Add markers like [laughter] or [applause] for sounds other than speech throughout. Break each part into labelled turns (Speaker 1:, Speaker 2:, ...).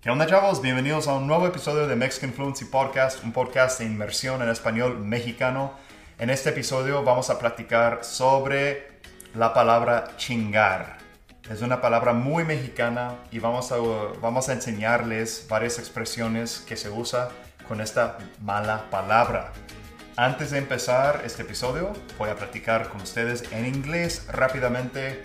Speaker 1: ¿Qué onda chavos? Bienvenidos a un nuevo episodio de Mexican Fluency Podcast, un podcast de inmersión en español mexicano. En este episodio vamos a platicar sobre la palabra chingar. Es una palabra muy mexicana y vamos a, vamos a enseñarles varias expresiones que se usa con esta mala palabra. Antes de empezar este episodio, voy a platicar con ustedes en inglés rápidamente.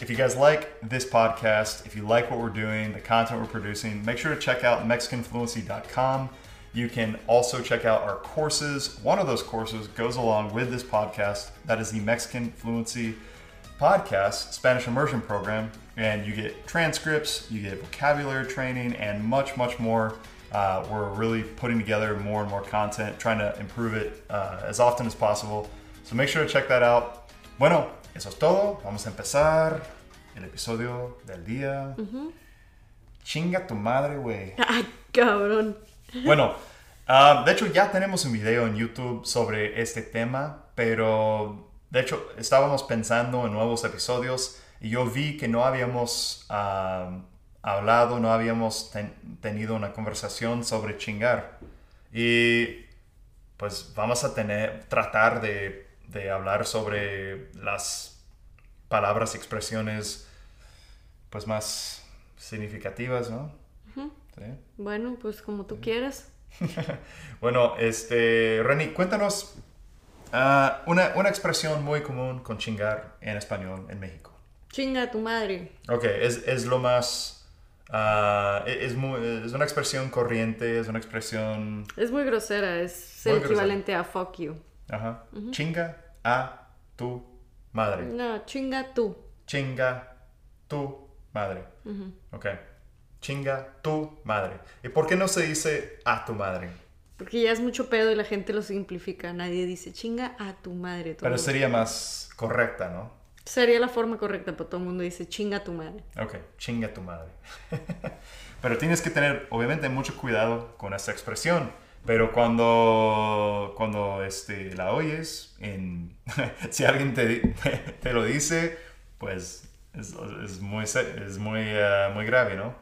Speaker 1: If you guys like this podcast, if you like what we're doing, the content we're producing, make sure to check out MexicanFluency.com. You can also check out our courses. One of those courses goes along with this podcast. That is the Mexican Fluency Podcast Spanish Immersion Program. And you get transcripts, you get vocabulary training, and much, much more. Uh, we're really putting together more and more content, trying to improve it uh, as often as possible. So make sure to check that out. Bueno, eso es todo. Vamos a empezar el episodio del día. Chinga tu madre, güey.
Speaker 2: Ay, cabrón.
Speaker 1: Bueno, ah, de hecho ya tenemos un video en YouTube sobre este tema, pero de hecho estábamos pensando en nuevos episodios y yo vi que no habíamos ah, hablado, no habíamos ten- tenido una conversación sobre chingar. Y pues vamos a tener, tratar de, de hablar sobre las palabras, expresiones pues más significativas, ¿no? Sí.
Speaker 2: Bueno, pues como tú quieras.
Speaker 1: [laughs] Bueno, este, Reni, cuéntanos ah, una, una expresión muy común con chingar en español en México.
Speaker 2: Chinga tu madre.
Speaker 1: Ok, es, es lo más... ah, e- es, muy- es una expresión corriente, es una expresión...
Speaker 2: Es muy grosera, es
Speaker 1: Muy
Speaker 2: el
Speaker 1: grosera.
Speaker 2: equivalente a fuck you.
Speaker 1: Ajá. Chinga a tu madre.
Speaker 2: No, chinga tú.
Speaker 1: Chinga tu madre. Ok. Chinga tu madre. ¿Y por qué no se dice a tu madre?
Speaker 2: Porque ya es mucho pedo y la gente lo simplifica. Nadie dice chinga a tu madre. Todo
Speaker 1: Pero
Speaker 2: el mundo-
Speaker 1: sería más correcta, ¿no?
Speaker 2: Sería la forma correcta, pero todo el mundo dice chinga a tu madre.
Speaker 1: Ok, chinga tu madre. [laughs] pero tienes que tener, obviamente, mucho cuidado con esta expresión. Pero cuando, cuando este, la oyes, en, [laughs] si alguien te, [laughs] di- te lo dice, pues es, es muy, se- es muy, eh, muy grave, ¿no?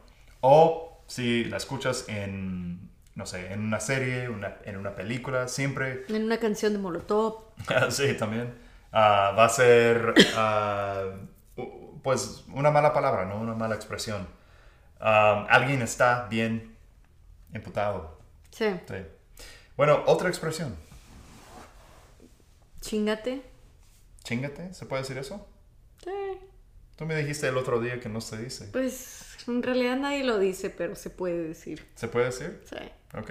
Speaker 1: O si la escuchas en, no sé, en una serie, una- en una película, siempre
Speaker 2: En una canción de Molotov.
Speaker 1: [laughs] sí, también. Ah, va a ser, ah, u- pues, una mala palabra, ¿no? Una mala expresión. Ah, alguien está bien emputado.
Speaker 2: Sí.
Speaker 1: Sí. Bueno, otra expresión.
Speaker 2: Chingate.
Speaker 1: Chingate, ¿se puede decir eso?
Speaker 2: Sí.
Speaker 1: Tú me dijiste el otro día que no se dice.
Speaker 2: Pues en realidad nadie lo dice, pero se puede decir.
Speaker 1: ¿Se puede decir?
Speaker 2: Sí.
Speaker 1: Ok.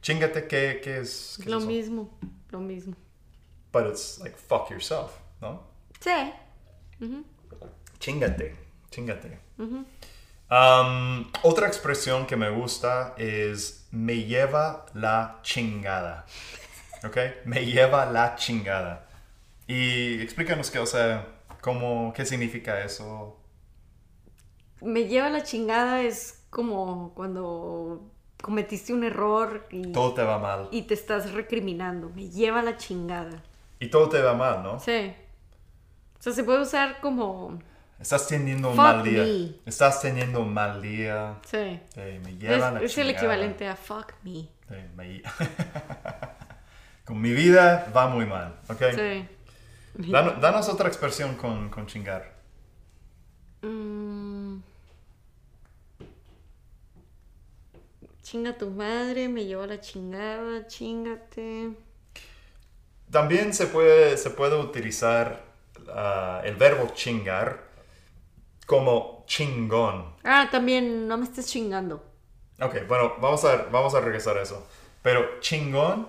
Speaker 1: Chingate, ¿qué, qué es? qué es
Speaker 2: Lo
Speaker 1: eso?
Speaker 2: mismo. Lo mismo.
Speaker 1: But it's like fuck yourself, ¿no?
Speaker 2: Sí.
Speaker 1: Chingate, chingate. Um, otra expresión que me gusta es me lleva la chingada. ¿Ok? Me lleva la chingada. Y explícanos qué, o sea, cómo, qué significa eso.
Speaker 2: Me lleva la chingada es como cuando cometiste un error y,
Speaker 1: Todo te va mal.
Speaker 2: y te estás recriminando. Me lleva la chingada.
Speaker 1: Y todo te va mal, ¿no?
Speaker 2: Sí. O sea, se puede usar como...
Speaker 1: Estás teniendo un
Speaker 2: Fuck
Speaker 1: mal día.
Speaker 2: me.
Speaker 1: Estás teniendo un mal día.
Speaker 2: Sí.
Speaker 1: Eh, me
Speaker 2: Es,
Speaker 1: lleva la
Speaker 2: es el
Speaker 1: chingada.
Speaker 2: equivalente a fuck me.
Speaker 1: Eh, me- [laughs] Con mi vida va muy mal, ¿ok?
Speaker 2: Sí.
Speaker 1: Dano- danos otra expresión con, con chingar.
Speaker 2: [laughs] Mm. Chinga tu madre, me lleva la chingada, chingate.
Speaker 1: También se puede, se puede utilizar ah, el verbo chingar como chingón.
Speaker 2: Ah, también, no me estés chingando.
Speaker 1: Ok, bueno, vamos a, vamos a regresar a eso. Pero chingón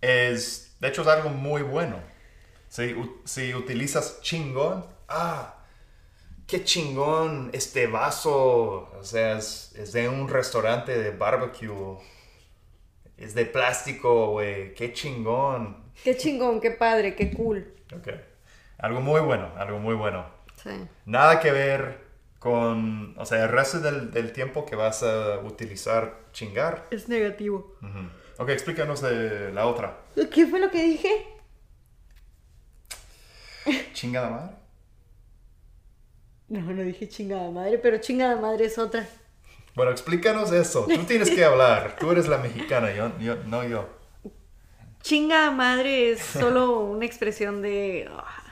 Speaker 1: es, de hecho, es algo muy bueno. Si, u- si utilizas chingón, ah, qué chingón este vaso. O sea, es, es de un restaurante de barbecue. Es de plástico, güey. Qué chingón.
Speaker 2: Qué chingón, qué padre, qué cool.
Speaker 1: Ok. Algo muy bueno, algo muy bueno.
Speaker 2: Sí.
Speaker 1: Nada que ver con, o sea, el resto del, del tiempo que vas a utilizar chingar.
Speaker 2: Es negativo.
Speaker 1: Ujú. Ok, explícanos de la otra.
Speaker 2: ¿Qué fue lo que dije?
Speaker 1: ¿Chingada madre?
Speaker 2: No, no dije chingada madre, pero chingada madre es otra.
Speaker 1: Bueno, explícanos eso. Tú tienes que hablar. Tú eres la mexicana, yo, yo no yo.
Speaker 2: Chinga madre es [laughs] solo una expresión de. ah,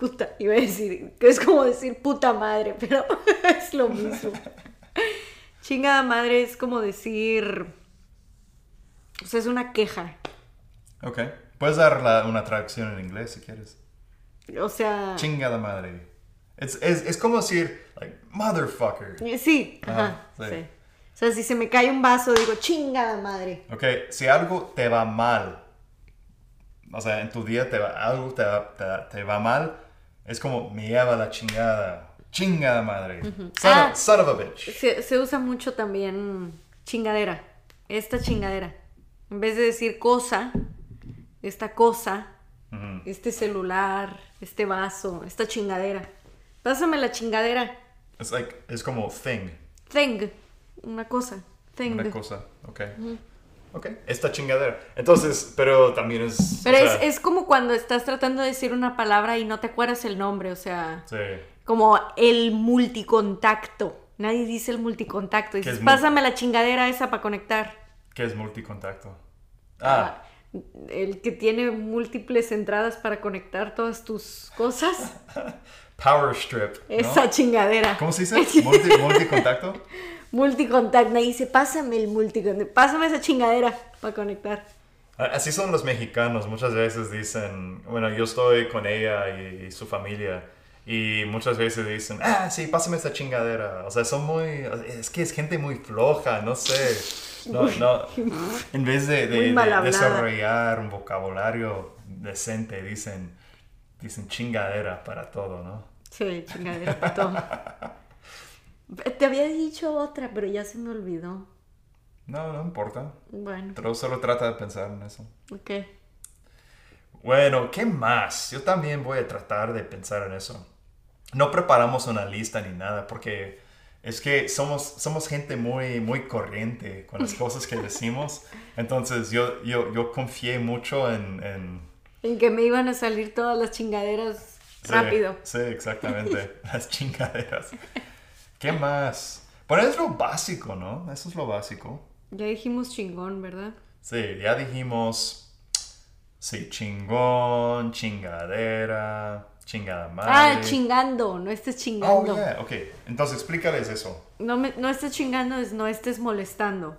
Speaker 2: puta, iba a decir. que Es como decir puta madre, pero [laughs] es lo mismo. Chinga madre es como decir. O sea, es una queja.
Speaker 1: Ok. Puedes dar la- una traducción en inglés si quieres.
Speaker 2: O sea.
Speaker 1: Chingada madre. Es, es, es como decir, like, motherfucker.
Speaker 2: Sí, ajá,
Speaker 1: Ah, sí.
Speaker 2: sí. O sea, si se me cae un vaso, digo, chingada madre.
Speaker 1: Ok, si algo te va mal, o sea, en tu día te va, algo te va, te, te va mal, es como me lleva la chingada, chingada madre, son,
Speaker 2: Ah.
Speaker 1: of, son of a bitch.
Speaker 2: Se, se usa mucho también chingadera. Esta chingadera. En vez de decir cosa, esta cosa,
Speaker 1: Ujú.
Speaker 2: este celular, este vaso, esta chingadera. Pásame la chingadera.
Speaker 1: It's like, es como thing,
Speaker 2: Thing. Una cosa. Thing.
Speaker 1: una cosa, ok. Ok, esta chingadera. Entonces, pero también es. o
Speaker 2: Pero es,
Speaker 1: sea,
Speaker 2: es como cuando estás tratando de decir una palabra y no te acuerdas el nombre, o sea.
Speaker 1: Sí.
Speaker 2: como el multicontacto. Nadie dice el multicontacto. Dices,
Speaker 1: es mu-
Speaker 2: pásame la chingadera esa para conectar.
Speaker 1: ¿Qué es multicontacto? Ah,
Speaker 2: El que tiene múltiples entradas para conectar todas tus cosas.
Speaker 1: power strip. [laughs] ¿no?
Speaker 2: Ah. Esa chingadera.
Speaker 1: ¿Cómo se
Speaker 2: [laughs]
Speaker 1: dice? Multi- multicontacto.
Speaker 2: Multicontacto. Nadie dice, pásame el multicontacto. Pásame esa chingadera para conectar.
Speaker 1: Así son los mexicanos, muchas veces dicen, bueno, yo estoy con ella y, y su familia, y muchas veces dicen, ah, sí, pásame esa chingadera. O sea, son muy, es que es gente muy floja, no sé. No,
Speaker 2: [laughs]
Speaker 1: no. En vez de, de-
Speaker 2: Muy
Speaker 1: de
Speaker 2: mal hablada.
Speaker 1: desarrollar un vocabulario decente, dicen, dicen chingadera para todo, ¿no?
Speaker 2: Sí, chingadera [laughs] para todo. Te había dicho otra, pero ya se me olvidó.
Speaker 1: No, no importa.
Speaker 2: Bueno,
Speaker 1: Pero solo trata de pensar en eso.
Speaker 2: ok.
Speaker 1: Bueno, ¿qué más? Yo también voy a tratar de pensar en eso. No preparamos una lista ni nada porque es que somos, somos gente muy, muy corriente
Speaker 2: [laughs]
Speaker 1: con las cosas que decimos. Entonces yo, yo, yo confié mucho en... en-
Speaker 2: En que me iban a salir todas las chingaderas
Speaker 1: sí,
Speaker 2: rápido.
Speaker 1: Sí,
Speaker 2: [laughs]
Speaker 1: exactamente. las chingaderas. ¿Qué más? Pero es lo básico, ¿no? Eso es lo básico.
Speaker 2: Ya dijimos chingón, ¿verdad?
Speaker 1: Sí, ya dijimos... Sí, chingón, chingadera, chingada madre.
Speaker 2: Ah, chingando, no estés
Speaker 1: Oh,
Speaker 2: chingando.
Speaker 1: yeah, ok. Entonces explícales eso.
Speaker 2: no, me- no estés chingando es no estés molestando.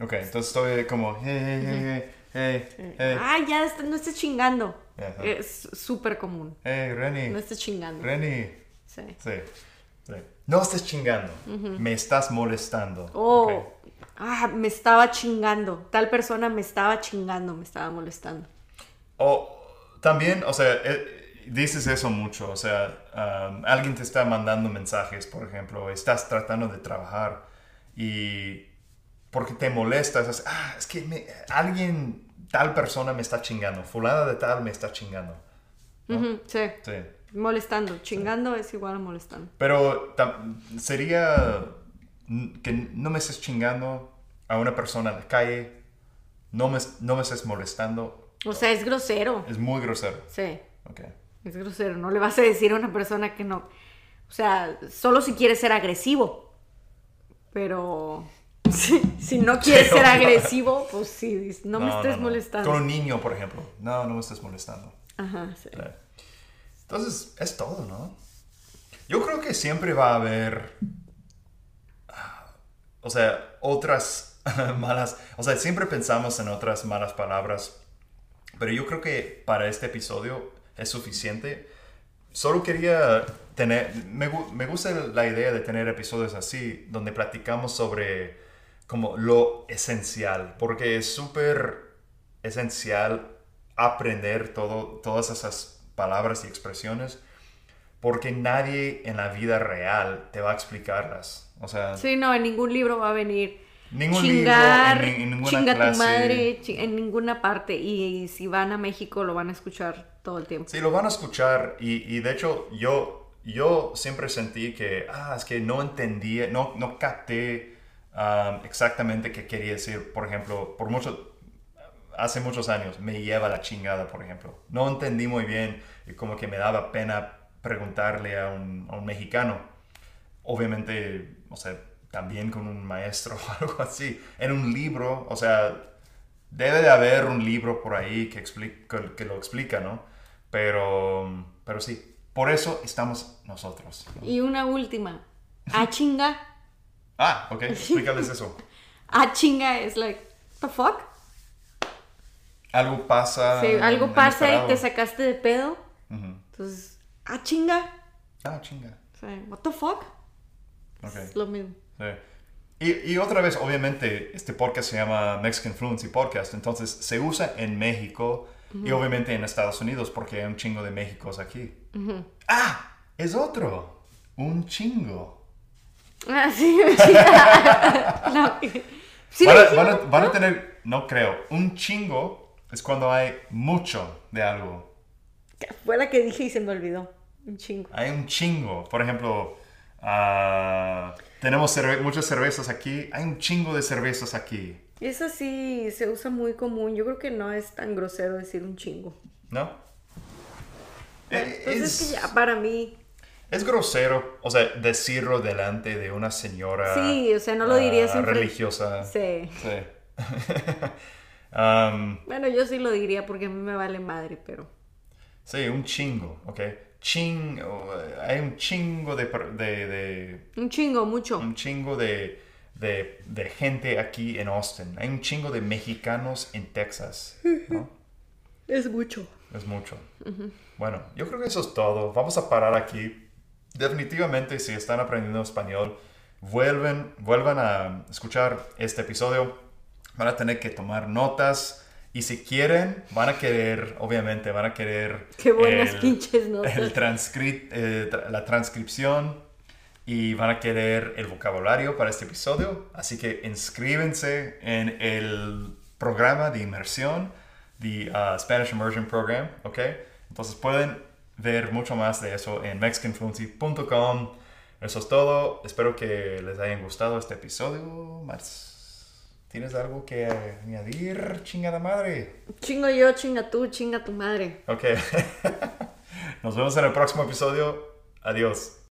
Speaker 1: Ok, entonces estoy como, hey, hey, hey, hey, hey, hey,
Speaker 2: Ah, ya, est- no estés chingando.
Speaker 1: Ajá.
Speaker 2: Es súper común.
Speaker 1: hey,
Speaker 2: No
Speaker 1: Renny,
Speaker 2: estés chingando.
Speaker 1: Renny.
Speaker 2: Sí.
Speaker 1: Sí, sí. No estés chingando, me estás molestando.
Speaker 2: O,
Speaker 1: Ok.
Speaker 2: Oh, ah, me estaba chingando. Tal persona me estaba chingando, me estaba molestando.
Speaker 1: O también, o sea, eh, dices eso mucho, o sea, um, alguien te está mandando mensajes, por ejemplo, estás tratando de trabajar y porque te molestas, es, ah, es que me- alguien, tal persona me está chingando, fulana de tal me está chingando.
Speaker 2: Ujú, sí.
Speaker 1: Sí.
Speaker 2: Molestando. Chingando es igual a molestando.
Speaker 1: Pero tam- sería mm, que no me estés chingando a una persona en la calle, no me, no me estés molestando,
Speaker 2: O sea, es grosero.
Speaker 1: es muy grosero.
Speaker 2: Sí.
Speaker 1: Ok.
Speaker 2: Es grosero, no le vas a decir a una persona que no. O sea, solo si quieres ser agresivo. Pero [laughs] si, si no quieres
Speaker 1: Sí,
Speaker 2: ser
Speaker 1: obvio.
Speaker 2: agresivo, pues sí, dices, no, me estés molestando.
Speaker 1: Con un niño, por ejemplo, no, no me estés molestando.
Speaker 2: Ajá, sí.
Speaker 1: Sí. Entonces, es todo, ¿no? Yo creo que siempre va a haber, ah, o sea, otras [laughs] malas, o sea, siempre pensamos en otras malas palabras, pero yo creo que para este episodio es suficiente. Solo quería tener, me, gu- me gusta la idea de tener episodios así, donde platicamos sobre como lo esencial, porque es súper esencial aprender todo, todas esas palabras y expresiones, porque nadie en la vida real te va a explicarlas. O sea,
Speaker 2: Sí, no, en ningún libro va a venir.
Speaker 1: Ningún
Speaker 2: chingar,
Speaker 1: libro, en ni- en ninguna
Speaker 2: chinga
Speaker 1: clase.
Speaker 2: tu madre, chi- en ninguna parte. Y, si van a México lo van a escuchar todo el tiempo.
Speaker 1: Sí, lo van a escuchar y, y de hecho yo, yo siempre sentí que, ah, es que no entendía, no, no capté um, exactamente qué quería decir. Por ejemplo, por mucho, hace muchos años, me lleva la chingada, por ejemplo. No entendí muy bien y como que me daba pena preguntarle a un, a un mexicano. Obviamente, o sea, también con un maestro [laughs] o algo así, en un libro, o sea, debe de haber un libro por ahí que, explica, que lo explica, ¿no? Pero, pero sí, por eso estamos nosotros. ¿no?
Speaker 2: Y una última. A chinga.
Speaker 1: Ah,
Speaker 2: [laughs]
Speaker 1: ok, explícales eso.
Speaker 2: A chinga es like, the fuck?
Speaker 1: Algo pasa.
Speaker 2: Sí, algo
Speaker 1: Ah, en-
Speaker 2: pasa y
Speaker 1: inesperado.
Speaker 2: te sacaste de pedo.
Speaker 1: Ujú.
Speaker 2: Entonces, a chinga.
Speaker 1: Ah, chinga.
Speaker 2: O sea, what the fuck?
Speaker 1: Ok.
Speaker 2: Es lo mismo.
Speaker 1: Sí. Y, y otra vez, obviamente, este podcast se llama Mexican Fluency Podcast, entonces se usa en México y obviamente en Estados Unidos porque hay un chingo de Méxicos aquí. ¡Ah! Es otro. Un chingo.
Speaker 2: Ah, [laughs] sí, chinga. [laughs] No. Sí, lo
Speaker 1: Van a,
Speaker 2: dijimos.
Speaker 1: van a- van a tener, no creo, un chingo es cuando hay mucho de algo.
Speaker 2: Fue la que dije y se me olvidó. Un chingo.
Speaker 1: Hay un chingo. Por ejemplo, ah, tenemos cerve- muchas cervezas aquí. Hay un chingo de cervezas aquí.
Speaker 2: Eso sí se usa muy común. Yo creo que no es tan grosero decir un chingo.
Speaker 1: ¿No? Eh,
Speaker 2: Entonces,
Speaker 1: es-
Speaker 2: pues, que ya para mí.
Speaker 1: Es grosero, o sea, decirlo delante de una señora.
Speaker 2: Sí, o sea, no lo dirías
Speaker 1: ah,
Speaker 2: en frente-
Speaker 1: religiosa.
Speaker 2: Sí.
Speaker 1: Sí. [laughs] Um,
Speaker 2: Bueno, yo sí lo diría porque a mí me vale madre, pero.
Speaker 1: sí, un chingo, ¿ok? Ching, oh, eh, hay un chingo de, per- de, de-
Speaker 2: Un chingo, mucho.
Speaker 1: un chingo de, de, de gente aquí en Austin. Hay un chingo de mexicanos en Texas, ¿no?
Speaker 2: Es mucho.
Speaker 1: Es mucho. Bueno, yo creo que eso es todo. Vamos a parar aquí. Definitivamente, si están aprendiendo español, vuelven, vuelvan a escuchar este episodio. Van a tener que tomar notas. Y si quieren, van a querer, obviamente, van a querer...
Speaker 2: Qué buenas pinches notas.
Speaker 1: el transcri- eh, tra- la transcripción. Y van a querer el vocabulario para este episodio. Así que inscríbense en el programa de inmersión, the uh, Spanish Immersion Program, ¿ok? Entonces pueden ver mucho más de eso en mexicanfluency.com. Eso es todo. Espero que les hayan gustado este episodio. Mars, ¿tienes algo que añadir, chingada madre?
Speaker 2: Chingo yo, chinga tú,
Speaker 1: [laughs]
Speaker 2: chinga tu madre.
Speaker 1: Ok. Nos vemos en el próximo episodio. Adiós.